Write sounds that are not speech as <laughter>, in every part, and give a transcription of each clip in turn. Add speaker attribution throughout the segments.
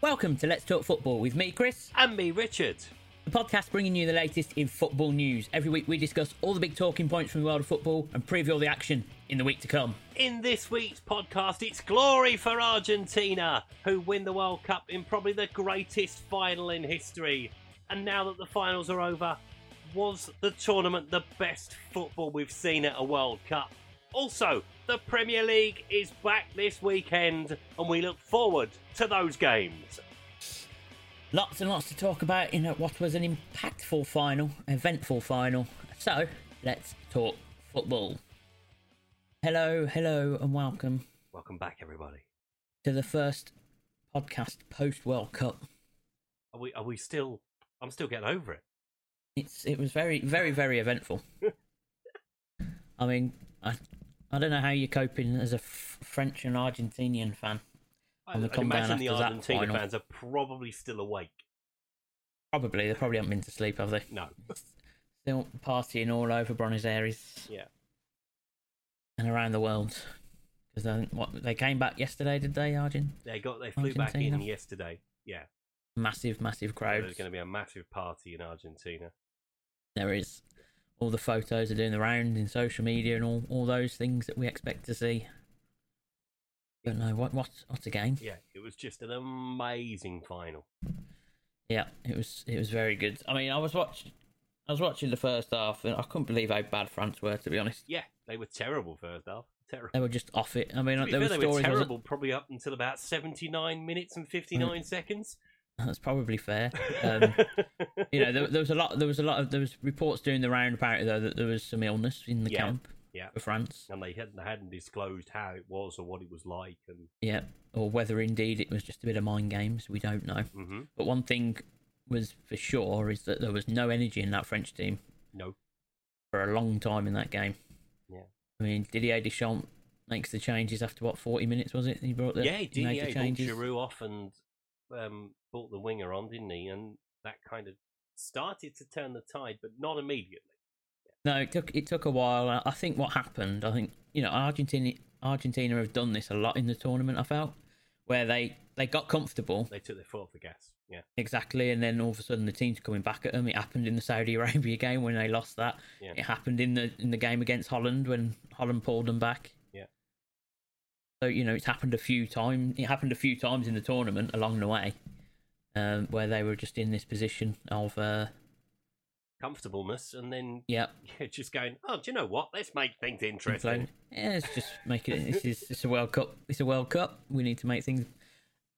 Speaker 1: Welcome to Let's Talk Football with me, Chris,
Speaker 2: And me, Richard.
Speaker 1: the podcast bringing you the latest in football news. Every week we discuss all the big talking points from the world of football and preview all the action in the week to come.
Speaker 2: In this week's podcast, it's glory for Argentina, who win the World Cup in probably the greatest final in history. And now that the finals are over, was the tournament the best football we've seen at a World Cup? Also, the Premier League is back this weekend, and we look forward to those games.
Speaker 1: Lots and lots to talk about in what was an impactful final, eventful final. So let's talk football. Hello, hello, and welcome
Speaker 2: Welcome back, everybody.
Speaker 1: to the first podcast post World Cup.
Speaker 2: Are we? Are we still? I'm still getting over it.
Speaker 1: It's it was very very very eventful. I mean, I I don't know how you're coping as a F- French and Argentinian fan.
Speaker 2: I,
Speaker 1: On the
Speaker 2: I'd
Speaker 1: come down
Speaker 2: imagine the
Speaker 1: after that
Speaker 2: Argentina
Speaker 1: final.
Speaker 2: fans are probably still awake.
Speaker 1: Probably they probably haven't been to sleep, have they? <laughs>
Speaker 2: No.
Speaker 1: Still partying all over Buenos Aires
Speaker 2: Yeah.
Speaker 1: and around the world. Because I think what they came back yesterday, did they, Argent?
Speaker 2: They got they flew back in
Speaker 1: Argentina.
Speaker 2: yesterday. Yeah,
Speaker 1: Massive, massive crowds.
Speaker 2: there's going to be a massive party in Argentina.
Speaker 1: There is all the photos are doing the round in social media and all, all those things that we expect to see. Don't know what what what a game.
Speaker 2: Yeah, it was just an amazing final.
Speaker 1: Yeah, it was it was very good. I mean, I was watching I was watching the first half and I couldn't believe how bad France were. To be honest,
Speaker 2: Yeah, they were terrible first half. Terrible.
Speaker 1: they were just off it. I mean,
Speaker 2: To be
Speaker 1: there were
Speaker 2: fair, they were
Speaker 1: stories. wasn't-
Speaker 2: terrible probably up until about 79 minutes and 59 seconds.
Speaker 1: <laughs> That's probably
Speaker 2: <laughs>
Speaker 1: fair. Mm. Um, you know, there, there was a lot. There was a lot of there was reports during the round apparently though that there was some illness in the
Speaker 2: Yeah,
Speaker 1: camp
Speaker 2: yeah.
Speaker 1: for France.
Speaker 2: And they hadn't, they hadn't disclosed how it was or what it was like. And
Speaker 1: Yeah, or whether indeed it was just a bit of mind games. We don't know.
Speaker 2: hmm
Speaker 1: But one thing was for sure is that there was no energy in that French team
Speaker 2: no,
Speaker 1: for a long time in that game.
Speaker 2: Yeah.
Speaker 1: I mean, Didier Deschamps makes the changes after what forty minutes was it? He brought the
Speaker 2: yeah, he
Speaker 1: he
Speaker 2: did.
Speaker 1: made
Speaker 2: Yeah,
Speaker 1: the
Speaker 2: he brought
Speaker 1: changes.
Speaker 2: Giroud off and um, brought the winger on, didn't he? And that kind of started to turn the tide, but not immediately.
Speaker 1: No, it took it took a while. I- I think what happened, I think you know, Argentina Argentina have done this a lot in the tournament. I felt where they they got comfortable
Speaker 2: They took their foot off the gas. Yeah,
Speaker 1: exactly, and then all of a sudden the team's coming back at them. It happened in the Saudi <laughs> Arabia game when they lost that.
Speaker 2: Yeah.
Speaker 1: It happened in the in the game against Holland when Holland pulled them back.
Speaker 2: Yeah.
Speaker 1: So you know it's happened a few times. It happened a few times in the tournament along the way, um, where they were just in this position of uh,
Speaker 2: comfortableness, and then <laughs>
Speaker 1: yeah,
Speaker 2: Yeah, just going, oh, do you know what? Let's make things interesting.
Speaker 1: Inflame. Yeah, let's just make it. This is it's a World Cup. It's a World Cup. We need to make things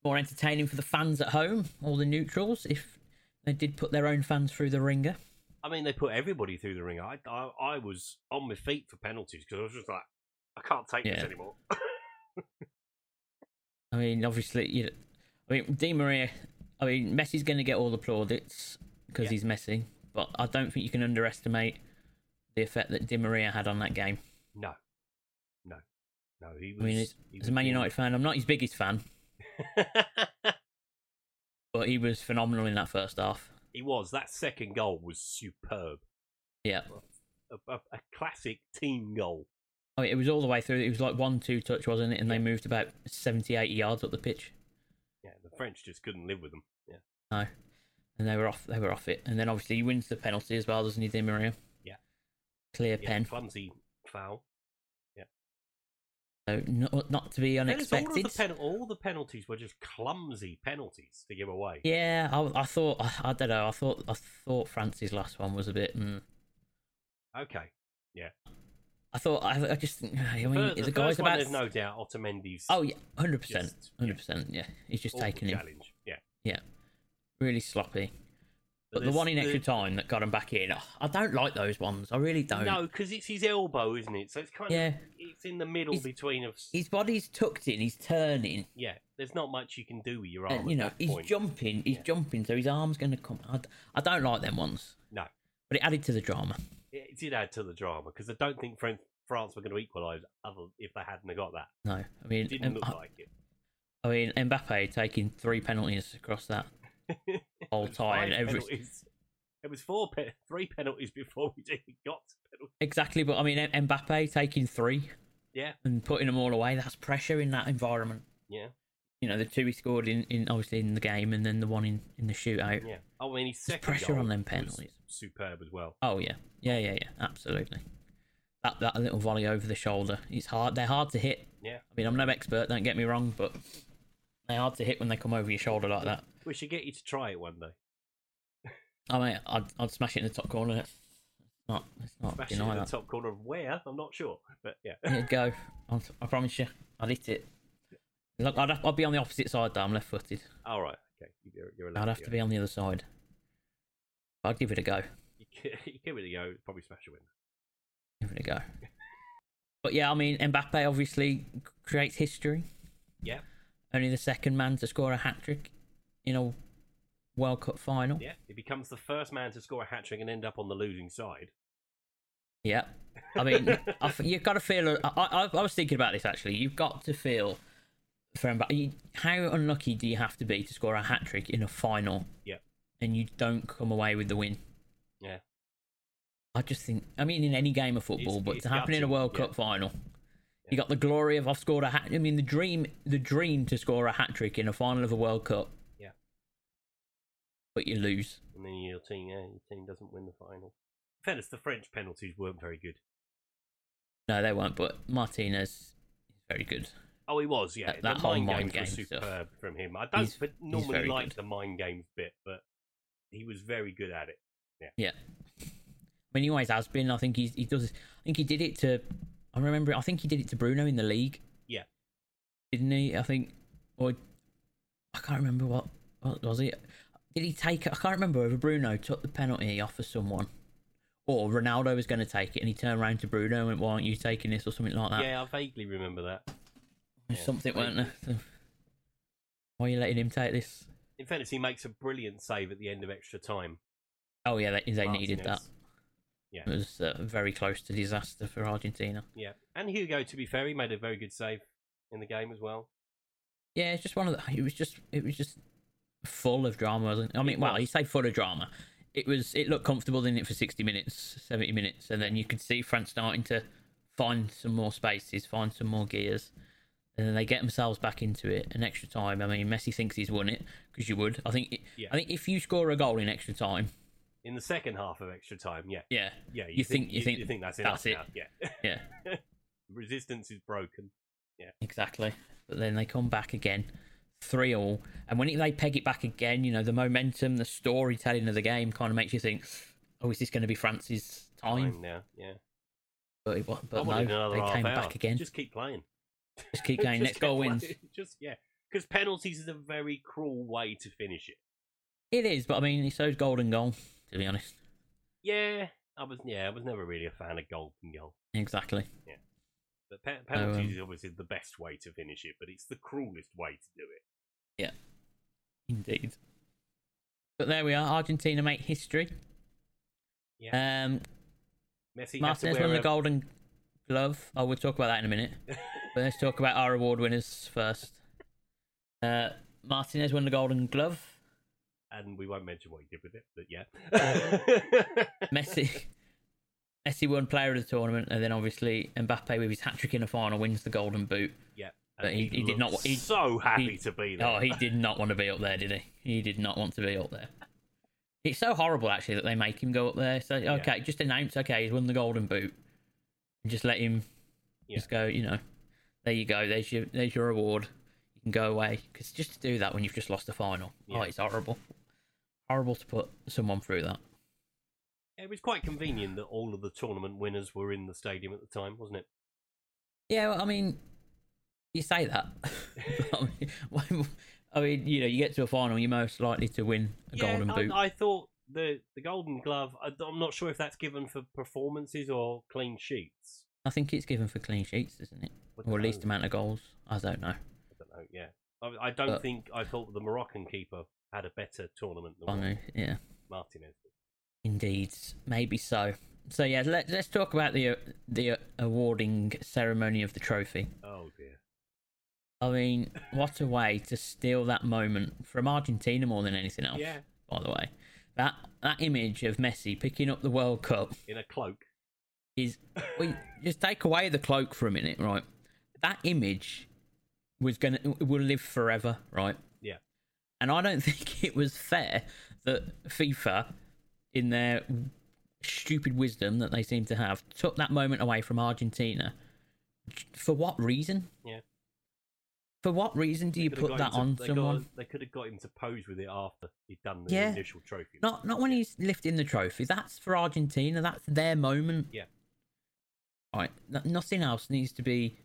Speaker 1: more entertaining for the fans at home, all the neutrals. If they did put their own fans through the ringer,
Speaker 2: I mean, they put everybody through the ring. I, I, I was on my feet for penalties because I was just like, I can't take this
Speaker 1: Yeah.
Speaker 2: anymore. <laughs>
Speaker 1: I mean, obviously, you. Know, I mean, Di Maria. I mean, Messi's going to get all the plaudits because
Speaker 2: Yeah.
Speaker 1: he's Messi, but I don't think you can underestimate the effect that Di Maria had on that game.
Speaker 2: no, no, no. He
Speaker 1: I
Speaker 2: was.
Speaker 1: mean, as,
Speaker 2: he
Speaker 1: as
Speaker 2: was
Speaker 1: a Man
Speaker 2: being-
Speaker 1: United fan, I'm not his biggest
Speaker 2: <laughs>
Speaker 1: fan, but he was phenomenal in that first half.
Speaker 2: he was. That second goal was superb.
Speaker 1: Yeah.
Speaker 2: A, a, a classic team goal.
Speaker 1: I mean, it was all the way through. It was like one, two touch, wasn't it? And they moved about 70, 80 yards up the pitch.
Speaker 2: Yeah, the French just couldn't live with them. Yeah,
Speaker 1: No, and they were off. They were off it. And then obviously he wins the penalty as well, doesn't he, Di Maria?
Speaker 2: Yeah.
Speaker 1: Clear
Speaker 2: yeah
Speaker 1: pen.
Speaker 2: clumsy foul.
Speaker 1: So not, not to be
Speaker 2: Penalties- All of
Speaker 1: unexpected.
Speaker 2: the, pen- all the penalties were just clumsy penalties to give away.
Speaker 1: Yeah, I, I thought. I, I don't know. I thought. I thought France's last one was a bit. Mm,
Speaker 2: Okay.
Speaker 1: I thought. I, I just. <laughs> think- I mean,
Speaker 2: Fir-
Speaker 1: the,
Speaker 2: the
Speaker 1: guy's
Speaker 2: first one,
Speaker 1: about.
Speaker 2: there's no doubt Otamendi's
Speaker 1: Oh yeah, hundred percent,
Speaker 2: Just- yeah.
Speaker 1: hundred percent. Yeah, he's just
Speaker 2: awful
Speaker 1: taking him.
Speaker 2: challenge. Yeah.
Speaker 1: Really sloppy. But the
Speaker 2: there's
Speaker 1: one in
Speaker 2: the-
Speaker 1: extra time that got him back in, oh, I don't like those ones. I really don't.
Speaker 2: No, because it's his elbow, isn't it? So it's kind of
Speaker 1: Yeah,
Speaker 2: it's in the middle
Speaker 1: He's-
Speaker 2: between us.
Speaker 1: his body's tucked in. He's turning.
Speaker 2: Yeah, there's not much you can do with your arm.
Speaker 1: And, you
Speaker 2: at
Speaker 1: know,
Speaker 2: that
Speaker 1: he's
Speaker 2: point.
Speaker 1: jumping. He's
Speaker 2: Yeah.
Speaker 1: jumping. So his arm's going to come. I, d- I don't like them ones.
Speaker 2: No.
Speaker 1: But it added to the drama.
Speaker 2: It did add to the drama because I don't think Fran- France were going to equalise other if they hadn't have got that.
Speaker 1: No, I mean,
Speaker 2: It didn't
Speaker 1: um,
Speaker 2: look
Speaker 1: I-
Speaker 2: like it.
Speaker 1: I mean, Mbappe taking three penalties across
Speaker 2: <laughs>
Speaker 1: that whole
Speaker 2: There was five
Speaker 1: time. Every,
Speaker 2: penalties. It was four, pe- three penalties before we even got to penalty.
Speaker 1: exactly, but I mean, M- Mbappe taking three
Speaker 2: Yeah,
Speaker 1: and putting them all away. That's pressure in that environment.
Speaker 2: yeah.
Speaker 1: you know the two he scored in, in obviously in the game and then the one in, in the shootout.
Speaker 2: Yeah. Oh, I mean, his second
Speaker 1: pressure on
Speaker 2: goal
Speaker 1: them
Speaker 2: was
Speaker 1: penalties.
Speaker 2: Superb as well.
Speaker 1: Oh yeah, yeah, yeah, yeah, absolutely. That that little volley over the shoulder, it's hard. They're hard to hit.
Speaker 2: Yeah.
Speaker 1: I mean, I'm no expert. Don't get me wrong, but they're hard to hit when they come over your shoulder like that.
Speaker 2: We should get you to try it one day.
Speaker 1: I mean, I'd, I'd smash it in the top corner. It's not, it's not
Speaker 2: Smash it in
Speaker 1: deny
Speaker 2: the
Speaker 1: that.
Speaker 2: top corner of where? I'm not sure. But yeah. <laughs>
Speaker 1: It'd go. I'll, I promise you, I'd hit it. Look, I'd, have- I'd be on the opposite side though. I'm left-footed.
Speaker 2: All right. Okay. You're, you're allowed
Speaker 1: I'd have to be on the other side. I'd give it a go.
Speaker 2: You gi- you <laughs> give it a go. it's Probably smash a win.
Speaker 1: Give it a go. But yeah, I mean, Mbappe obviously creates history.
Speaker 2: Yeah.
Speaker 1: Only the second man to score a hat trick in a World Cup final.
Speaker 2: Yeah. He becomes the first man to score a hat trick and end up on the losing side.
Speaker 1: Yeah. I mean, I f you've got to feel. I, I, I was thinking about this actually. You've got to feel for Mbappe. you- How unlucky do you have to be to score a hat trick in a final?
Speaker 2: Yeah.
Speaker 1: And you don't come away with the win.
Speaker 2: Yeah.
Speaker 1: I just think. I mean, in any game of football,
Speaker 2: It's-
Speaker 1: but
Speaker 2: it's
Speaker 1: to happen in a
Speaker 2: gutting,
Speaker 1: World
Speaker 2: yeah.
Speaker 1: Cup final, you got the glory of I've scored a hat. I mean, the dream, the dream to score a hat trick in a final of a World Cup.
Speaker 2: Yeah.
Speaker 1: But you lose.
Speaker 2: And then your team, yeah, your team doesn't win the final. In fairness, the French penalties weren't very good.
Speaker 1: No, they won't. But Martinez is very good.
Speaker 2: Oh, he was, yeah.
Speaker 1: That- that
Speaker 2: the
Speaker 1: whole
Speaker 2: mind,
Speaker 1: mind
Speaker 2: games
Speaker 1: game
Speaker 2: were
Speaker 1: stuff.
Speaker 2: superb from him. I don't
Speaker 1: He's-
Speaker 2: but
Speaker 1: he's
Speaker 2: normally
Speaker 1: very
Speaker 2: like
Speaker 1: good.
Speaker 2: the mind games bit, but he was very good at it.
Speaker 1: Yeah. I mean, he always has been. I think he's, he does. I think he did it to. I remember. I think he did it to Bruno in the league,
Speaker 2: Yeah,
Speaker 1: didn't he? I think, or I can't remember what, what was it. Did he take it? I can't remember whether Bruno took the penalty off of someone, or Ronaldo was going to take it, and he turned around to Bruno and went, "Why aren't you taking this?" or something like that.
Speaker 2: yeah, I vaguely remember that. yeah,
Speaker 1: something, weren't there? So, <laughs> Why are you letting him take this?
Speaker 2: In fairness, he makes a brilliant save at the end of extra time.
Speaker 1: Oh yeah, they, they needed that.
Speaker 2: Martinez.
Speaker 1: It was uh, very close to disaster for Argentina.
Speaker 2: Yeah, and Hugo, to be fair, he made a very good save in the game as well.
Speaker 1: Yeah, it's just one of the. It was just. It was just full of drama. Wasn't it? I mean, well,
Speaker 2: was.
Speaker 1: you say full of drama. It was. It looked comfortable in it for sixty minutes, seventy minutes, and then you could see France starting to find some more spaces, find some more gears, and then they get themselves back into it. An extra time. I mean, Messi thinks he's won it because you would. I think.
Speaker 2: Yeah.
Speaker 1: I think if you score a goal in extra time,
Speaker 2: In the second half of extra time, yeah,
Speaker 1: yeah,
Speaker 2: yeah,
Speaker 1: You think- you think
Speaker 2: you think that's,
Speaker 1: that's
Speaker 2: enough now. Yeah, <laughs>
Speaker 1: yeah,
Speaker 2: resistance is broken.
Speaker 1: Exactly. But then they come back again, three all, and when it, they peg it back again, you know the momentum, the storytelling of the game kind of makes you think, oh, is this going to be France's time?
Speaker 2: Time now, yeah.
Speaker 1: But it, wa-
Speaker 2: I
Speaker 1: but
Speaker 2: wanted
Speaker 1: no,
Speaker 2: another
Speaker 1: they
Speaker 2: half
Speaker 1: came
Speaker 2: hour.
Speaker 1: back again. Just,
Speaker 2: Just keep playing.
Speaker 1: keep
Speaker 2: <laughs>
Speaker 1: going.
Speaker 2: Just
Speaker 1: Next goal
Speaker 2: keep
Speaker 1: wins.
Speaker 2: playing. Just yeah, because penalties is a very cruel way to finish it.
Speaker 1: It is, but I mean, it's those golden goal. To be honest,
Speaker 2: Yeah, I was yeah, I was never really a fan of golden goal.
Speaker 1: exactly.
Speaker 2: But pe- penalties
Speaker 1: um,
Speaker 2: is obviously the best way to finish it, but it's the cruelest way to do it.
Speaker 1: Indeed. But there we are. Argentina make history.
Speaker 2: Yeah.
Speaker 1: Um,
Speaker 2: Messi has to
Speaker 1: Martinez
Speaker 2: wear
Speaker 1: won the
Speaker 2: a-
Speaker 1: golden glove. Oh, we'll talk about that in a minute. but let's talk about our award winners first. Uh, Martinez won the golden glove.
Speaker 2: and we won't mention what he did with it, but <laughs> yeah.
Speaker 1: Messi. Messi won player of the tournament, and then obviously Mbappe with his hat trick in the final wins the Golden Boot.
Speaker 2: yeah.
Speaker 1: But
Speaker 2: and
Speaker 1: he- he did not
Speaker 2: looked
Speaker 1: wa- he-
Speaker 2: so happy
Speaker 1: he-
Speaker 2: to be there.
Speaker 1: Oh, he did not want to be up there, did he? He did not want to be up there. It's so horrible actually that they make him go up there. So okay, just announce okay he's won the Golden Boot, and just let him
Speaker 2: Yeah.
Speaker 1: just go. You know, there you go. There's your there's your award. You can go away because just to do that when you've just lost the final, oh,
Speaker 2: Yeah.
Speaker 1: it's horrible. Horrible to put someone through that.
Speaker 2: It was quite convenient that all of the tournament winners were in the stadium at the time, wasn't it?
Speaker 1: Yeah, well, I mean, you say that. <laughs> I, mean, why- I mean, you know, you get to a final, you're most likely to win a
Speaker 2: yeah,
Speaker 1: golden
Speaker 2: I,
Speaker 1: boot.
Speaker 2: I thought the the golden glove. I, am not sure if that's given for performances or clean sheets.
Speaker 1: I think it's given for clean sheets, isn't it?
Speaker 2: I don't
Speaker 1: Or least
Speaker 2: know.
Speaker 1: amount of goals. I don't know.
Speaker 2: I don't know. Yeah, I, I don't
Speaker 1: But-
Speaker 2: think I thought the Moroccan keeper had a better tournament than
Speaker 1: I
Speaker 2: what
Speaker 1: know. Yeah,
Speaker 2: Martinez. did.
Speaker 1: indeed, maybe so. So yeah, let, let's talk about the uh, the uh, awarding ceremony of the trophy.
Speaker 2: Oh dear.
Speaker 1: I mean, what a way to steal that moment from Argentina more than anything else.
Speaker 2: Yeah,
Speaker 1: By the way, that that image of Messi picking up the World Cup
Speaker 2: in a cloak.
Speaker 1: is we just take away the cloak for a minute, right? That image was gonna will live forever, right?
Speaker 2: Yeah.
Speaker 1: And I don't <laughs> think it was fair that FIFA, in their stupid wisdom that they seem to have, took that moment away from Argentina. For what reason?
Speaker 2: Yeah.
Speaker 1: For what reason do you
Speaker 2: They could've
Speaker 1: put that
Speaker 2: got him to-
Speaker 1: on
Speaker 2: they
Speaker 1: someone?
Speaker 2: Got, they could have got him to pose with it after he'd done the
Speaker 1: Yeah.
Speaker 2: initial trophy.
Speaker 1: Not not when he's lifting the trophy. That's for Argentina. That's their moment.
Speaker 2: Yeah.
Speaker 1: Right. N- nothing else needs to be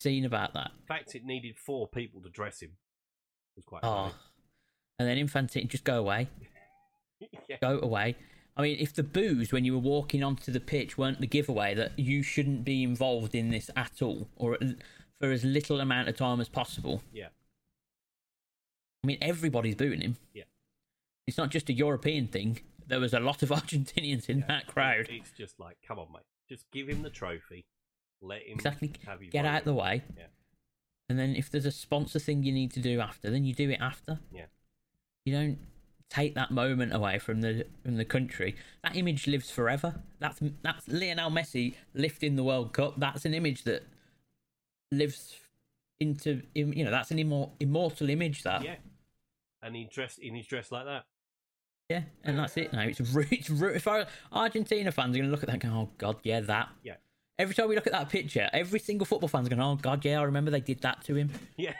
Speaker 1: seen about that.
Speaker 2: In fact, it needed four people to dress him. It was quite
Speaker 1: Oh. And then Infantino, just go away.
Speaker 2: funny. <laughs> yeah.
Speaker 1: Go away. I mean, if the boos when you were walking onto the pitch weren't the giveaway that you shouldn't be involved in this at all, or at l- for as little amount of time as possible.
Speaker 2: Yeah.
Speaker 1: I mean, everybody's booing him.
Speaker 2: Yeah.
Speaker 1: It's not just a European thing. There was a lot of <laughs> Argentinians in that crowd.
Speaker 2: It's just like, come on, mate. Just give him the trophy. Let him
Speaker 1: exactly
Speaker 2: have his
Speaker 1: get out the way
Speaker 2: Yeah.
Speaker 1: and then if there's a sponsor thing you need to do after then you do it after
Speaker 2: Yeah.
Speaker 1: you don't take that moment away from the from the country that image lives forever that's that's Lionel Messi lifting the World Cup that's an image that lives into im- you know that's an immor- immortal image that
Speaker 2: Yeah. And he dressed in his dress like that.
Speaker 1: Yeah, and that's it now it's ru- it's ru- if our Argentina fans are going to look at that and go oh god yeah that
Speaker 2: Yeah. <laughs>
Speaker 1: every time we look at that picture every single football fan's going oh god yeah I remember they did that to him
Speaker 2: Yeah.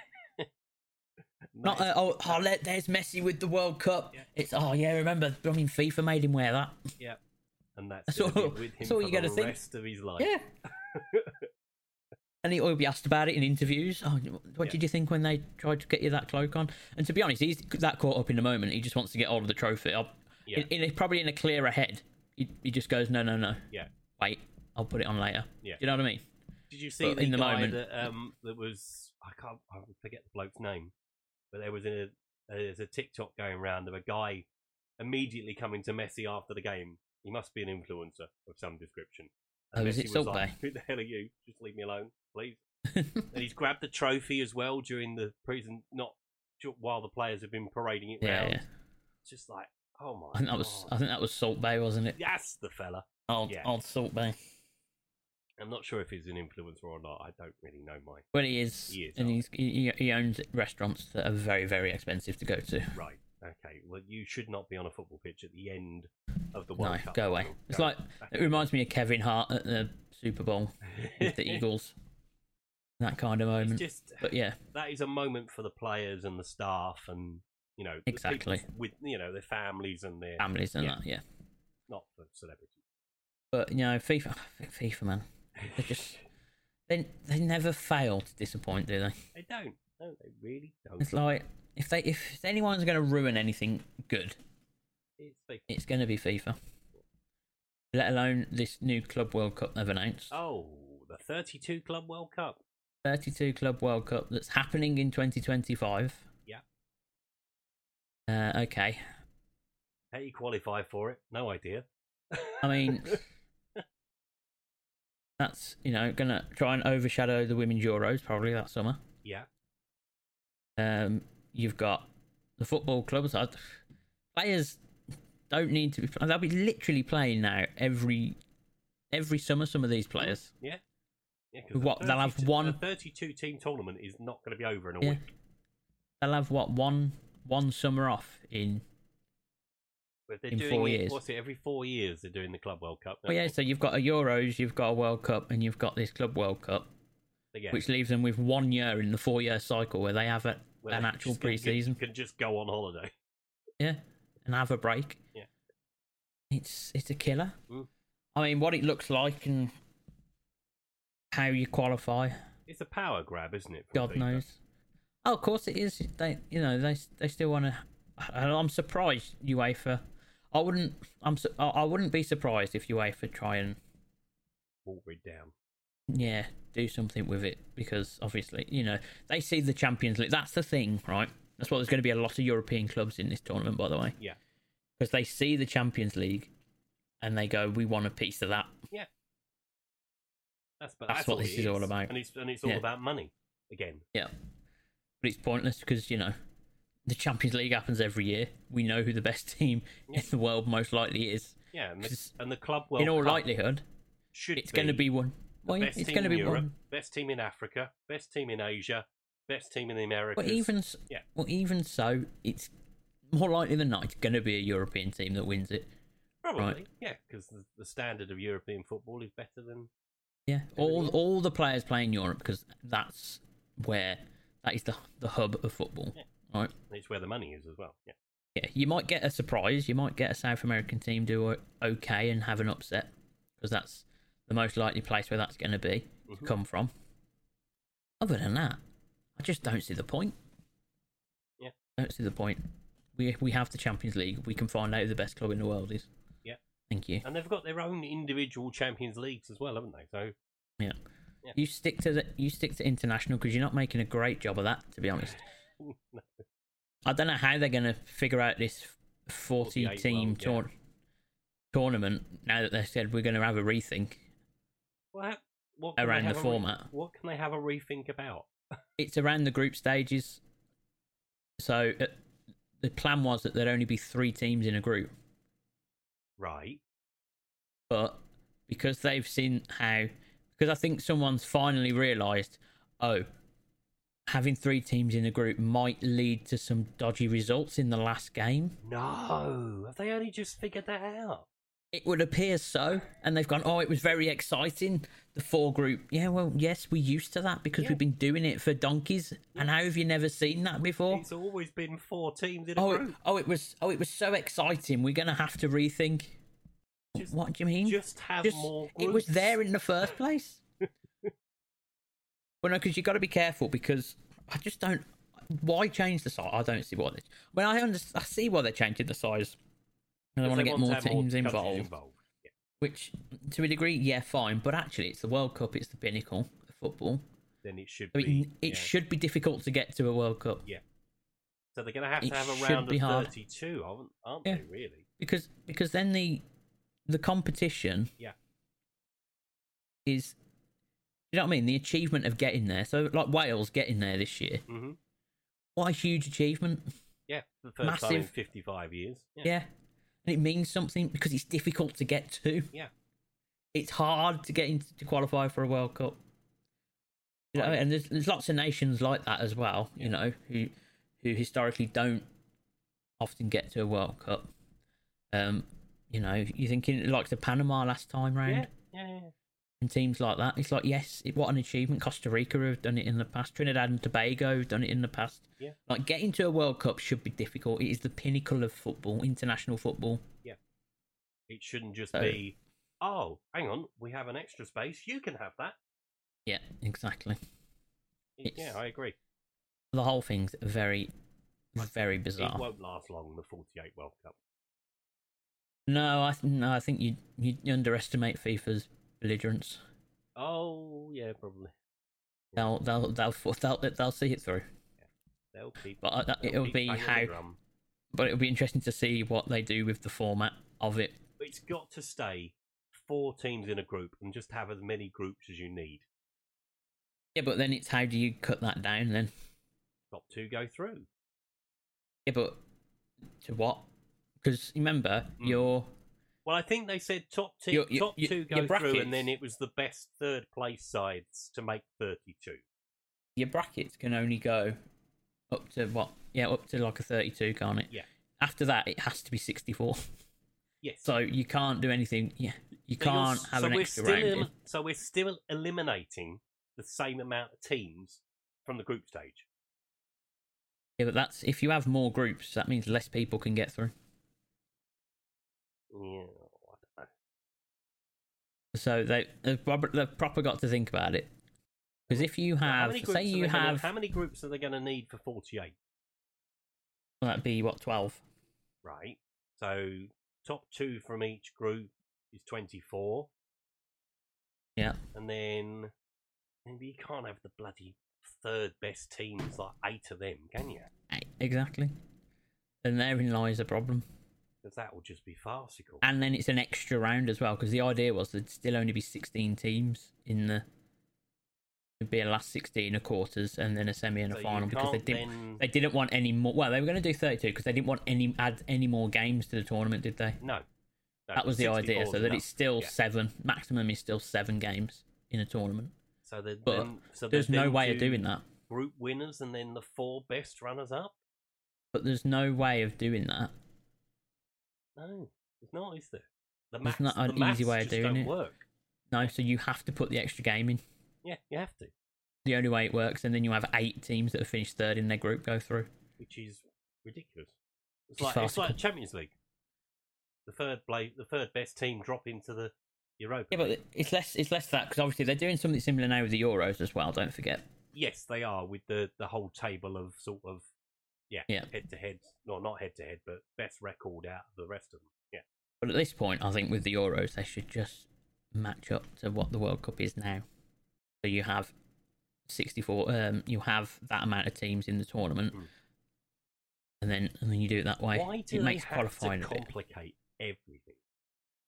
Speaker 1: Not uh, oh, oh let, there's Messi with the World Cup. It's oh yeah, remember? I mean, FIFA made him wear that.
Speaker 2: yeah. And that's,
Speaker 1: That's
Speaker 2: gonna be
Speaker 1: all-
Speaker 2: with him
Speaker 1: that's all
Speaker 2: for
Speaker 1: you gotta
Speaker 2: the
Speaker 1: think.
Speaker 2: rest of his life.
Speaker 1: Yeah. and he'll be asked about it in interviews. Oh, what
Speaker 2: Yeah.
Speaker 1: did you think when they tried to get you that cloak on? And to be honest, he's that caught up in the moment. He just wants to get hold of the trophy. I'll,
Speaker 2: Yeah.
Speaker 1: in, in a, probably in a clearer head, he, he just goes, no, no, no,
Speaker 2: Yeah.
Speaker 1: wait, I'll put it on later.
Speaker 2: Yeah.
Speaker 1: Do you know what I mean?
Speaker 2: Did you see
Speaker 1: But
Speaker 2: the
Speaker 1: in the
Speaker 2: guy
Speaker 1: moment-
Speaker 2: that um that was I can't I forget the bloke's name, but there was in a there's a TikTok going around of a guy immediately coming to Messi after the game. He must be an influencer of some description.
Speaker 1: Oh, is it
Speaker 2: Messi was like, Who the hell are you? Just leave me alone, please.
Speaker 1: <laughs>
Speaker 2: and he's grabbed the trophy as well during the prison, not ju- while the players have been parading it
Speaker 1: Yeah,
Speaker 2: round.
Speaker 1: yeah.
Speaker 2: It's just like, oh my.
Speaker 1: I think that was uh,
Speaker 2: God.
Speaker 1: I think that was Salt Bay, wasn't it?
Speaker 2: That's the fella.
Speaker 1: Old
Speaker 2: Yeah.
Speaker 1: old Salt Bay.
Speaker 2: I'm not sure if he's an influencer or not. I don't really know my
Speaker 1: Well, he is,
Speaker 2: He is,
Speaker 1: and
Speaker 2: aren't
Speaker 1: he's, he, he owns restaurants that are very, very expensive to go to.
Speaker 2: Right. Okay. Well, you should not be on a football pitch at the end of the
Speaker 1: No,
Speaker 2: World Cup.
Speaker 1: go away.
Speaker 2: Go
Speaker 1: It's like
Speaker 2: back.
Speaker 1: it reminds me of Kevin Hart at the Super Bowl
Speaker 2: <laughs>
Speaker 1: with the Eagles. That kind of
Speaker 2: It's
Speaker 1: moment.
Speaker 2: just
Speaker 1: But yeah,
Speaker 2: that is a moment for the players and the staff and you know the people
Speaker 1: Exactly.
Speaker 2: with you know their families and their
Speaker 1: families and
Speaker 2: Yeah.
Speaker 1: that. Yeah,
Speaker 2: not for celebrities.
Speaker 1: but you know, FIFA, oh, FIFA man, they just they they never fail to disappoint, do they?
Speaker 2: They don't. No, they really don't.
Speaker 1: It's like if they if anyone's going to ruin anything good,
Speaker 2: It's like,
Speaker 1: it's going to be FIFA. Let alone this new Club World Cup they've announced.
Speaker 2: oh, the 32 club World Cup.
Speaker 1: 32 Club World Cup that's happening in 2025.
Speaker 2: Yeah.
Speaker 1: Uh, okay.
Speaker 2: How do you qualify for it? No idea.
Speaker 1: I mean, that's, you know, going to try and overshadow the Women's Euros probably that summer.
Speaker 2: <laughs> yeah.
Speaker 1: Um, you've got the football clubs. I, players don't need to be. They'll be literally playing now every every summer, some of these players.
Speaker 2: Yeah. Yeah, 'cause
Speaker 1: What,
Speaker 2: the
Speaker 1: they'll have
Speaker 2: 32
Speaker 1: one-
Speaker 2: The 32 team tournament is not going to be over in a
Speaker 1: Yeah.
Speaker 2: week.
Speaker 1: They'll have, what, one one summer off in.
Speaker 2: But they're
Speaker 1: in
Speaker 2: doing
Speaker 1: four
Speaker 2: it,
Speaker 1: years.
Speaker 2: What's it? Every four years they're doing the Club World Cup.
Speaker 1: Well, yeah, so you've got a Euros, you've got a World Cup, and you've got this Club World Cup.
Speaker 2: yeah,
Speaker 1: which leaves them with one year in the four year cycle where they have a,
Speaker 2: where
Speaker 1: an
Speaker 2: they
Speaker 1: actual
Speaker 2: just can-
Speaker 1: pre season.
Speaker 2: can, can just go on holiday.
Speaker 1: Yeah. And have a break.
Speaker 2: Yeah.
Speaker 1: It's it's a killer.
Speaker 2: Mm.
Speaker 1: I mean what it looks like and how you qualify,
Speaker 2: It's a power grab, isn't it? from
Speaker 1: God
Speaker 2: FIFA?
Speaker 1: knows. Oh, of course it is. They you know, they they still wanna and I'm surprised UEFA I wouldn't I'm su- I- I wouldn't be surprised if UEFA try and
Speaker 2: Water it down.
Speaker 1: yeah, do something with it because obviously, you know, they see the Champions League. That's the thing, right? That's why there's going to be a lot of European clubs in this tournament, by the way,
Speaker 2: Yeah,
Speaker 1: because they see the Champions League and they go, "We want a piece of that."
Speaker 2: that's but
Speaker 1: That's what this
Speaker 2: it
Speaker 1: is all about.
Speaker 2: and it's and it's all
Speaker 1: Yeah.
Speaker 2: about money again.
Speaker 1: Yeah, but it's pointless because you know the Champions League happens every year. We know who the best <laughs> team in the world most likely is.
Speaker 2: Yeah, and the,
Speaker 1: 'Cause
Speaker 2: and the Club World
Speaker 1: in all
Speaker 2: Cup
Speaker 1: likelihood,
Speaker 2: should
Speaker 1: it's going to be one.
Speaker 2: the
Speaker 1: Well, yeah,
Speaker 2: best
Speaker 1: it's
Speaker 2: team
Speaker 1: going to
Speaker 2: in
Speaker 1: be
Speaker 2: Europe,
Speaker 1: one.
Speaker 2: best team in Africa, best team in Asia, Best team in the Americas.
Speaker 1: But even s-
Speaker 2: yeah.
Speaker 1: well, even so, it's more likely than not it's going to be a European team that wins it.
Speaker 2: Probably,
Speaker 1: Right.
Speaker 2: yeah, because the, the standard of European football is better than.
Speaker 1: Yeah, all
Speaker 2: is.
Speaker 1: all the players play in Europe because that's where that is the the hub of football,
Speaker 2: Yeah.
Speaker 1: right?
Speaker 2: It's where the money is as well. Yeah,
Speaker 1: Yeah, you might get a surprise. You might get a South American team do o- okay and have an upset because that's the most likely place where that's going to be to
Speaker 2: Mhm.
Speaker 1: come from. Other than that, I just don't see the point.
Speaker 2: Yeah.
Speaker 1: don't see the point. We we have the Champions League. We can find out who the best club in the world is.
Speaker 2: Yeah.
Speaker 1: Thank you.
Speaker 2: and they've got their own individual Champions Leagues as well, haven't they? So
Speaker 1: Yeah.
Speaker 2: Yeah.
Speaker 1: You stick to the you stick to international because you're not making a great job of that, to be
Speaker 2: <laughs>
Speaker 1: honest. I don't know how they're going to figure out this 40
Speaker 2: 48
Speaker 1: team
Speaker 2: world, yeah.
Speaker 1: tour- tournament now that they said we're going to have a rethink.
Speaker 2: what? what can they
Speaker 1: Around the
Speaker 2: have a re-
Speaker 1: format.
Speaker 2: what can they have a rethink about?
Speaker 1: It's around the group stages. So uh, the plan was that there'd only be three teams in a group.
Speaker 2: Right.
Speaker 1: But because they've seen how, because I think someone's finally realised, oh, having three teams in a group might lead to some dodgy results in the last game.
Speaker 2: No, have they only just figured that out?
Speaker 1: It would appear so. And they've gone, oh, it was very exciting. The four group. Yeah, well, yes, we're used to that because
Speaker 2: Yeah.
Speaker 1: we've been doing it for donkeys. And how have you never seen that before?
Speaker 2: It's always been four teams in a
Speaker 1: Oh, it,
Speaker 2: group.
Speaker 1: oh, it was, oh, it was so exciting. We're gonna have to rethink.
Speaker 2: Just-
Speaker 1: what do you mean?
Speaker 2: Just have
Speaker 1: Just-
Speaker 2: more.
Speaker 1: it was
Speaker 2: groups.
Speaker 1: there in the first
Speaker 2: <laughs>
Speaker 1: place. well, no, because you got to be careful because I just don't. Why change the size? I don't see why. They, when I understand, I see why they're changing the size. And they
Speaker 2: Because
Speaker 1: want to get
Speaker 2: they want
Speaker 1: more
Speaker 2: have more
Speaker 1: teams
Speaker 2: countries
Speaker 1: involved.
Speaker 2: involved. Yeah.
Speaker 1: Which, to a degree, yeah, fine. But actually, it's the World Cup. It's the pinnacle of football.
Speaker 2: Then it should
Speaker 1: I mean,
Speaker 2: be.
Speaker 1: it
Speaker 2: yeah.
Speaker 1: should be difficult to get to a World Cup
Speaker 2: So they're going to have
Speaker 1: it
Speaker 2: to have a
Speaker 1: should
Speaker 2: round
Speaker 1: be
Speaker 2: of
Speaker 1: hard.
Speaker 2: thirty-two, aren't, aren't
Speaker 1: Yeah.
Speaker 2: they? Really?
Speaker 1: because because then the the competition
Speaker 2: Yeah.
Speaker 1: is you know what I mean. The achievement of getting there. So like Wales getting there this year.
Speaker 2: Mm-hmm.
Speaker 1: What a huge achievement.
Speaker 2: Yeah, for the first time in
Speaker 1: Massive.
Speaker 2: 55 years. Yeah.
Speaker 1: Yeah. And it means something because it's difficult to get to.
Speaker 2: Yeah.
Speaker 1: It's hard to get into to qualify for a World Cup. You know, what I mean? and there's, there's lots of nations like that as well, you know, who who historically don't often get to a World Cup. Um, you know, you're thinking like the Panama last time round
Speaker 2: Yeah, yeah, yeah, yeah.
Speaker 1: and teams like that. It's like, yes, it, what an achievement. Costa Rica have done it in the past. Trinidad and Tobago have done it in the past.
Speaker 2: Yeah.
Speaker 1: Like getting to a World Cup should be difficult. It is the pinnacle of football, international football.
Speaker 2: It shouldn't just
Speaker 1: So-
Speaker 2: be, oh, hang on, we have an extra space. You can have that.
Speaker 1: Yeah, exactly.
Speaker 2: It-
Speaker 1: It's-
Speaker 2: yeah, I agree.
Speaker 1: The whole thing's very, very
Speaker 2: It
Speaker 1: bizarre.
Speaker 2: won't last long, the 48 World Cup.
Speaker 1: No, I th- no, I think you you underestimate FIFA's belligerence.
Speaker 2: Oh, yeah, probably.
Speaker 1: They'll they'll they'll <laughs> fo- they'll they'll see it through.
Speaker 2: They'll keep.
Speaker 1: But, uh, that- it'll be how- But it'll be interesting to see what they do with the format of it.
Speaker 2: It's got to stay four teams in a group and just have as many groups as you need.
Speaker 1: Yeah, but then it's how do you cut that down then?
Speaker 2: Top two go through.
Speaker 1: Yeah, but to what? Because remember,
Speaker 2: Mm.
Speaker 1: your
Speaker 2: Well, I think they said top, te-
Speaker 1: Your- your-
Speaker 2: top
Speaker 1: your-
Speaker 2: two
Speaker 1: your
Speaker 2: go through,
Speaker 1: brackets.
Speaker 2: and then it was the best third place sides to make 32.
Speaker 1: your brackets can only go up to what? Yeah, up to like a thirty-two, can't it?
Speaker 2: Yeah.
Speaker 1: After that, it has to be sixty-four. <laughs>
Speaker 2: Yes.
Speaker 1: So you can't do anything. Yeah, you
Speaker 2: So you're
Speaker 1: can't
Speaker 2: s-
Speaker 1: have
Speaker 2: so
Speaker 1: an
Speaker 2: we're
Speaker 1: extra
Speaker 2: still
Speaker 1: round.
Speaker 2: elim- so we're still eliminating the same amount of teams from the group stage.
Speaker 1: yeah, but that's if you have more groups, that means less people can get through.
Speaker 2: Yeah, I don't know.
Speaker 1: So they they've proper, they've proper got to think about it. Because if you
Speaker 2: How
Speaker 1: have,
Speaker 2: many groups
Speaker 1: say,
Speaker 2: are
Speaker 1: you
Speaker 2: they gonna-
Speaker 1: have
Speaker 2: how many groups are they going to need for forty-eight?
Speaker 1: well, that'd be what twelve.
Speaker 2: Right. So top two from each group is twenty-four,
Speaker 1: Yeah,
Speaker 2: and then and you can't have the bloody third best teams like eight of them, can you?
Speaker 1: eh, exactly. And therein lies the problem.
Speaker 2: Because that will just be farcical.
Speaker 1: and then it's an extra round as well because the idea was there'd still only be 16 teams in the it'd be a last 16 a quarters and then a semi and a
Speaker 2: So you
Speaker 1: final because they
Speaker 2: can't
Speaker 1: didn't
Speaker 2: then-
Speaker 1: they didn't want any more well they were going to do 32 because they didn't want any add any more games to the tournament did they
Speaker 2: no, No,
Speaker 1: that was the
Speaker 2: 64
Speaker 1: idea
Speaker 2: is
Speaker 1: so that
Speaker 2: enough.
Speaker 1: it's still
Speaker 2: Yeah.
Speaker 1: seven maximum is still seven games in a tournament
Speaker 2: So, the,
Speaker 1: But
Speaker 2: then, so
Speaker 1: there's
Speaker 2: they
Speaker 1: no
Speaker 2: then
Speaker 1: way of
Speaker 2: do-
Speaker 1: doing that
Speaker 2: group winners and then the four best runners up?
Speaker 1: But there's no way of doing that.
Speaker 2: No, it's not, is there? The
Speaker 1: There's
Speaker 2: maths,
Speaker 1: not an
Speaker 2: the
Speaker 1: easy
Speaker 2: maths
Speaker 1: way of
Speaker 2: just
Speaker 1: doing
Speaker 2: don't
Speaker 1: it.
Speaker 2: work.
Speaker 1: No, so you have to put the extra game in.
Speaker 2: Yeah, you have to,
Speaker 1: The only way it works, and then you have eight teams that have finished third in their group go through.
Speaker 2: which is ridiculous. It's
Speaker 1: Just
Speaker 2: like it's like
Speaker 1: farcical.
Speaker 2: Champions League. The third play, the third best team drop into the Europa.
Speaker 1: Yeah, but it's less it's less that because obviously they're doing something similar now with the Euros as well. Don't forget.
Speaker 2: yes, they are with the the whole table of sort of yeah,
Speaker 1: Yeah.
Speaker 2: head to head. No, not head to head, but best record out of the rest of them. Yeah.
Speaker 1: But at this point, I think with the Euros, they should just match up to what the World Cup is now. So you have 64, um, you have that amount of teams in the tournament,
Speaker 2: Mm.
Speaker 1: and then and then you do it that way.
Speaker 2: Why do
Speaker 1: it
Speaker 2: they
Speaker 1: makes
Speaker 2: have
Speaker 1: qualifying
Speaker 2: to
Speaker 1: a bit
Speaker 2: complicate everything?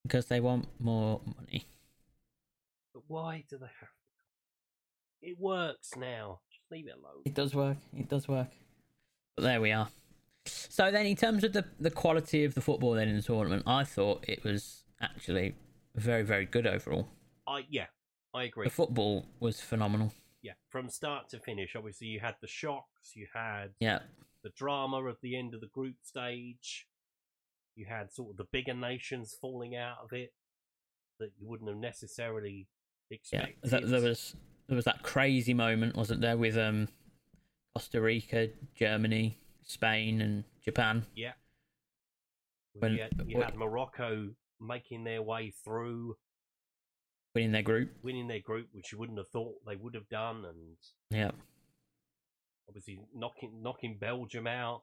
Speaker 1: because they want more money.
Speaker 2: But why do they have? to? It works now. Just leave it alone.
Speaker 1: It does work. It does work. But there we are. So then, in terms of the the quality of the football then in the tournament, I thought it was actually very very good overall.
Speaker 2: I yeah, I agree.
Speaker 1: The football was phenomenal.
Speaker 2: yeah, from start to finish. Obviously, you had the shocks, you had
Speaker 1: Yeah,
Speaker 2: the drama of the end of the group stage, you had sort of the bigger nations falling out of it that you wouldn't have necessarily
Speaker 1: yeah.
Speaker 2: expected.
Speaker 1: Th- there was there was that crazy moment, wasn't there, with um Costa Rica, Germany, Spain, and Japan.
Speaker 2: Yeah.
Speaker 1: when-
Speaker 2: you had, you
Speaker 1: when-
Speaker 2: had Morocco making their way through,
Speaker 1: winning their group.
Speaker 2: winning their group, which you wouldn't have thought they would have done, and
Speaker 1: Yeah,
Speaker 2: obviously knocking knocking Belgium out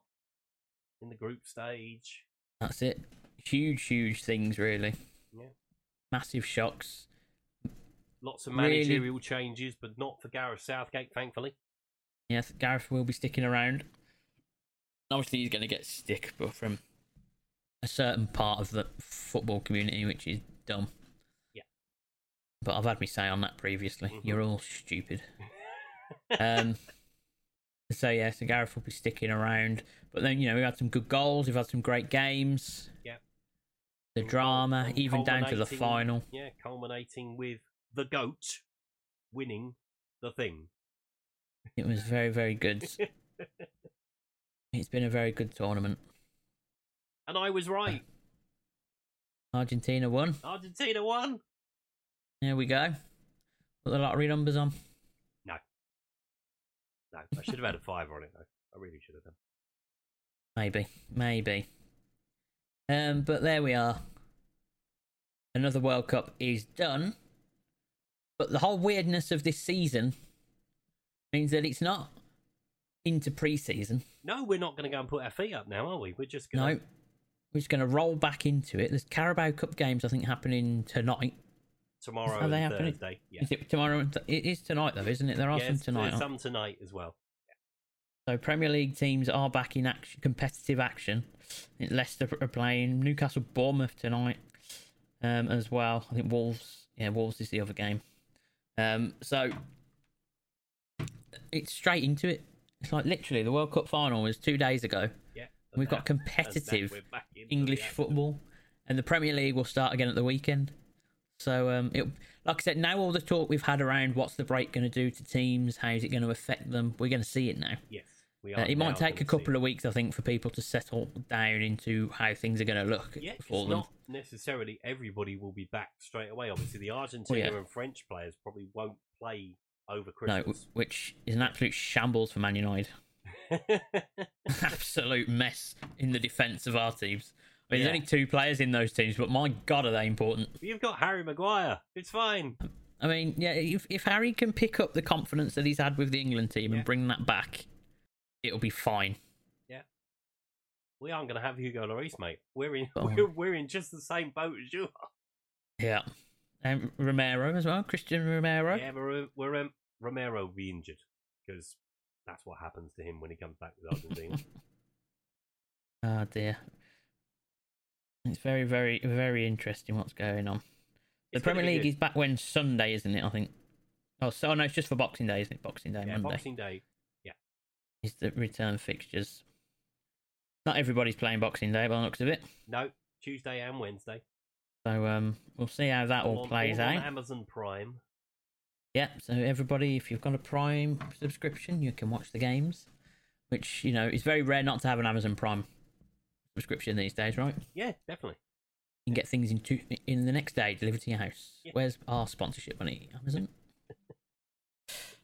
Speaker 2: in the group stage.
Speaker 1: that's it. Huge, huge things, really.
Speaker 2: Yeah.
Speaker 1: Massive shocks.
Speaker 2: Lots of
Speaker 1: Really-
Speaker 2: managerial changes, but not for Gareth Southgate, thankfully.
Speaker 1: Yes, Gareth will be sticking around. Obviously, he's going to get stick but from a certain part of the football community, which is dumb.
Speaker 2: Yeah.
Speaker 1: But I've had me say on that previously.
Speaker 2: Mhm.
Speaker 1: You're all
Speaker 2: <laughs>
Speaker 1: stupid. um. So yeah, so Gareth will be sticking around. But then you know we had some good goals. We've had some great games.
Speaker 2: Yeah.
Speaker 1: The
Speaker 2: And cul-
Speaker 1: drama,
Speaker 2: and
Speaker 1: even down to the
Speaker 2: culminating-
Speaker 1: final.
Speaker 2: Yeah, culminating with the goat winning the thing.
Speaker 1: It was very, very
Speaker 2: <laughs>
Speaker 1: good. it's been a very good tournament.
Speaker 2: And I was
Speaker 1: <laughs>
Speaker 2: right.
Speaker 1: Argentina won.
Speaker 2: Argentina won.
Speaker 1: There we go. Put the lottery numbers on.
Speaker 2: No, I should have had a five on it though. I really should have done.
Speaker 1: Maybe. Maybe. Um, but there we are. Another World Cup is done. But the whole weirdness of this season means that it's not into pre season.
Speaker 2: No, we're not going to go and put our feet up now, are we? We're just
Speaker 1: No.
Speaker 2: going.
Speaker 1: We're just going to roll back into it. There's Carabao Cup games, I think, happening tonight.
Speaker 2: tomorrow
Speaker 1: Are
Speaker 2: and
Speaker 1: they happening?
Speaker 2: Thursday. Yeah,
Speaker 1: Is it tomorrow? and th- It is tonight, though, isn't it? There are
Speaker 2: Yeah,
Speaker 1: some
Speaker 2: it's-
Speaker 1: tonight.
Speaker 2: there's
Speaker 1: aren't-
Speaker 2: Some tonight as well.
Speaker 1: So Premier League teams are back in action, competitive action. I think Leicester are playing Newcastle, Bournemouth tonight, um, as well. I think Wolves, yeah, Wolves is the other game. Um, so it's straight into it. It's like literally the World Cup final was two days ago.
Speaker 2: Yeah, and
Speaker 1: We've got
Speaker 2: that- and that
Speaker 1: competitive
Speaker 2: we're back into the
Speaker 1: English
Speaker 2: action.
Speaker 1: football, and the Premier League will start again at the weekend. So, um, it, like I said, now all the talk we've had around what's the break going to do to teams, how's it going to affect them, we're going to see it now.
Speaker 2: Yes, we
Speaker 1: Uh,
Speaker 2: are.
Speaker 1: it might take a couple
Speaker 2: Of
Speaker 1: of weeks, I think, for people to settle down into how things are going to look
Speaker 2: yeah, it's
Speaker 1: for them.
Speaker 2: not necessarily everybody will be back straight away. Obviously, the Argentina and French players probably won't play over
Speaker 1: Oh, No,
Speaker 2: Christmas.
Speaker 1: wh- which is an absolute shambles for Man
Speaker 2: <laughs>
Speaker 1: United. <laughs> absolute mess in the defence of our teams. I mean, there's
Speaker 2: Yeah.
Speaker 1: only two players in those teams, but my God, are they important?
Speaker 2: You've got Harry Maguire. It's fine.
Speaker 1: I mean, yeah, if, if Harry can pick up the confidence that he's had with the England team
Speaker 2: Yeah.
Speaker 1: and bring that back, it'll be fine.
Speaker 2: We aren't going to have Hugo Lloris, mate. We're in.
Speaker 1: Oh.
Speaker 2: We're, <laughs> we're in just the same boat as you are.
Speaker 1: Yeah. And Romero as well, Christian Romero.
Speaker 2: Yeah, we're, we're um, Romero will be injured because that's what happens to him when he comes back with
Speaker 1: <laughs>
Speaker 2: Argentina.
Speaker 1: Oh dear. It's very, very, very interesting what's going on. The
Speaker 2: It's gonna
Speaker 1: Premier
Speaker 2: be
Speaker 1: League
Speaker 2: good.
Speaker 1: is back when Sunday, isn't it? I think. Oh, so oh, no, it's just for Boxing Day, isn't it? Boxing Day,
Speaker 2: yeah,
Speaker 1: Monday
Speaker 2: Boxing Day.
Speaker 1: is the return fixtures. Not everybody's playing Boxing Day by the looks of it,
Speaker 2: No, Tuesday and Wednesday.
Speaker 1: so um, we'll see how that all
Speaker 2: on-
Speaker 1: plays
Speaker 2: all on
Speaker 1: out.
Speaker 2: Amazon Prime.
Speaker 1: Yeah, so everybody, if you've got a Prime subscription, you can watch the games, which you know is very rare not to have an Amazon Prime subscription these days, right?
Speaker 2: Yeah, definitely.
Speaker 1: You can get things in two, in the next day delivered to your house.
Speaker 2: Yeah.
Speaker 1: Where's our sponsorship money,
Speaker 2: <laughs>
Speaker 1: Amazon?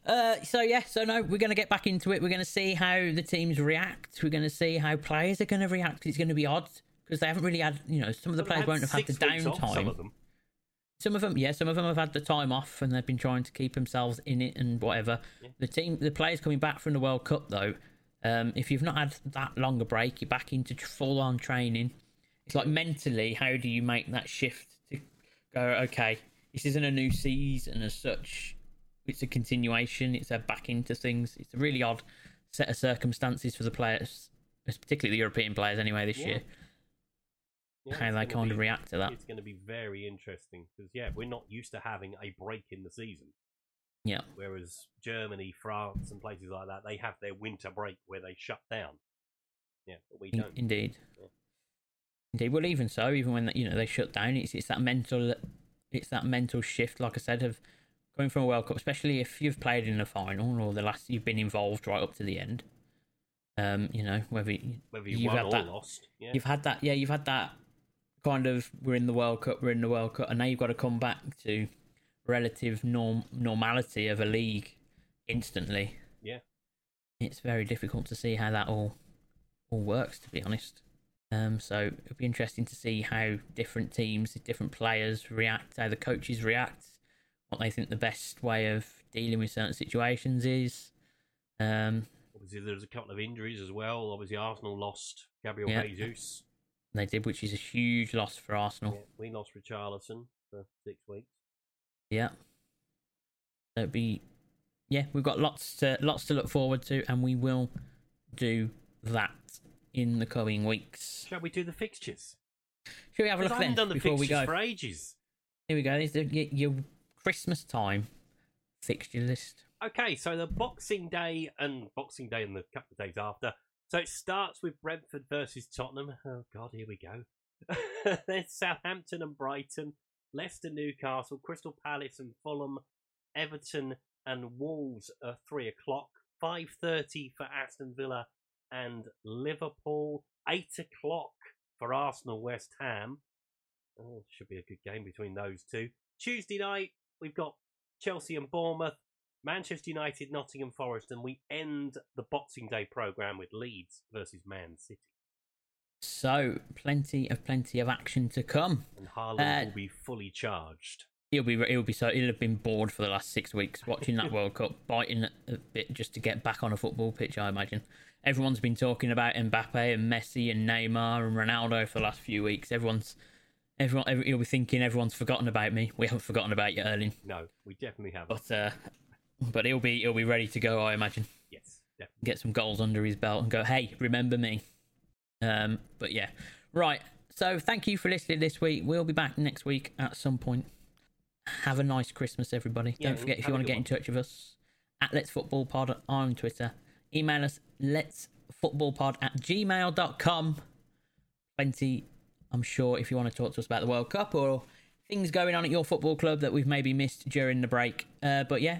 Speaker 1: Uh, so yeah, so no, we're gonna get back into it. We're gonna see how the teams react. We're gonna see how players are gonna react 'cause it's gonna be odd because they haven't really had, you know, some of the
Speaker 2: But they
Speaker 1: players
Speaker 2: had
Speaker 1: won't have had the
Speaker 2: six weeks off, Some
Speaker 1: downtime.
Speaker 2: of them.
Speaker 1: Some of them, yeah, some of them have had the time off and they've been trying to keep themselves in it and whatever. The team, the players coming back from the World Cup though, um, if you've not had that long a break, you're back into full on training. It's like mentally, how do you make that shift to go? Okay, this isn't a new season as such. It's a continuation. It's a back into things. It's a really odd set of circumstances for the players, particularly the European players anyway this
Speaker 2: Yeah.
Speaker 1: year.
Speaker 2: Yeah,
Speaker 1: how
Speaker 2: it's
Speaker 1: they
Speaker 2: gonna
Speaker 1: kind of
Speaker 2: be-
Speaker 1: react to that.
Speaker 2: It's going to be very interesting because yeah, we're not used to having a break in the season.
Speaker 1: Yeah,
Speaker 2: Whereas Germany, France, and places like that, they have their winter break where they shut down. Yeah, but we
Speaker 1: In-
Speaker 2: don't.
Speaker 1: Indeed.
Speaker 2: Yeah.
Speaker 1: Indeed. Well, even so, even when you know they shut down, it's it's that mental, it's that mental shift. Like I said, of going from a World Cup, especially if you've played in the final or the last, you've been involved right up to the end. Um, you know whether you,
Speaker 2: Whether you
Speaker 1: You've
Speaker 2: won
Speaker 1: had
Speaker 2: or
Speaker 1: that-
Speaker 2: lost, yeah,
Speaker 1: you've had that, yeah, you've had that kind of we're in the World Cup, we're in the World Cup, and now you've got to come back to relative norm normality of a league instantly.
Speaker 2: Yeah.
Speaker 1: it's very difficult to see how that all all works, to be honest. Um, so it'll be interesting to see how different teams, different players react, how the coaches react, what they think the best way of dealing with certain situations is. Um,
Speaker 2: obviously there was a couple of injuries as well. Obviously Arsenal lost Gabriel
Speaker 1: Yeah.
Speaker 2: Jesus.
Speaker 1: they did, which is a huge loss for Arsenal.
Speaker 2: Yeah, we lost Richarlison for six weeks.
Speaker 1: Yeah. So it'd be yeah, we've got lots to lots to look forward to and we will do that in the coming weeks.
Speaker 2: Shall we do the fixtures?
Speaker 1: Shall we have a
Speaker 2: 'Cause
Speaker 1: look
Speaker 2: I
Speaker 1: then
Speaker 2: haven't done the
Speaker 1: before
Speaker 2: fixtures
Speaker 1: we go?
Speaker 2: for ages.
Speaker 1: Here we go. This is your, your Christmas time fixture list.
Speaker 2: Okay, so the Boxing Day and Boxing Day and the couple of days after. So it starts with Brentford versus Tottenham. Oh God, here we go. <laughs> then Southampton and Brighton, Leicester, Newcastle, Crystal Palace and Fulham, Everton and Wolves at three o'clock. Five thirty for Aston Villa and Liverpool. Eight o'clock for Arsenal, West Ham. Oh, should be a good game between those two. Tuesday night we've got Chelsea and Bournemouth. Manchester United, Nottingham Forest, and we end the Boxing Day programme with Leeds versus Man City.
Speaker 1: So plenty of plenty of action to come.
Speaker 2: And Haaland
Speaker 1: Uh,
Speaker 2: will be fully charged.
Speaker 1: He'll be he'll be so he'll have been bored for the last six weeks watching that World Cup, biting a bit just to get back on a football pitch. I imagine everyone's been talking about Mbappe and Messi and Neymar and Ronaldo for the last few weeks. Everyone's everyone every, he'll be thinking everyone's forgotten about me. We haven't forgotten about you, Erling,
Speaker 2: No, we definitely have.
Speaker 1: but uh, but he'll be he'll be ready to go. I imagine
Speaker 2: Yes, definitely.
Speaker 1: get some goals under his belt and go, hey, remember me. Um, but yeah, right. So thank you for listening this week. We'll be back next week at some point. Have a nice Christmas, everybody.
Speaker 2: Yeah,
Speaker 1: Don't forget if
Speaker 2: have
Speaker 1: you
Speaker 2: a
Speaker 1: want to
Speaker 2: good
Speaker 1: get in
Speaker 2: one.
Speaker 1: touch with us at Let's Football Pod on Twitter. Email us Let's Football Pod at gmail.com. Plenty, I'm sure, if you want to talk to us about the World Cup or things going on at your football club that we've maybe missed during the break. Uh, but yeah,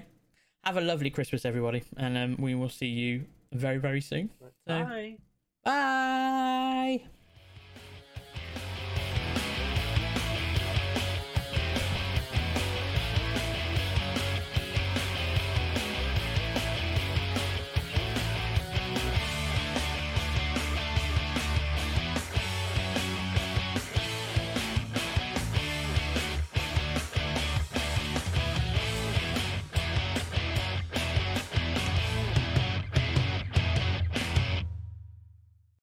Speaker 1: have a lovely Christmas, everybody, and um, we will see you very, very soon. So,
Speaker 2: Bye.
Speaker 1: bye.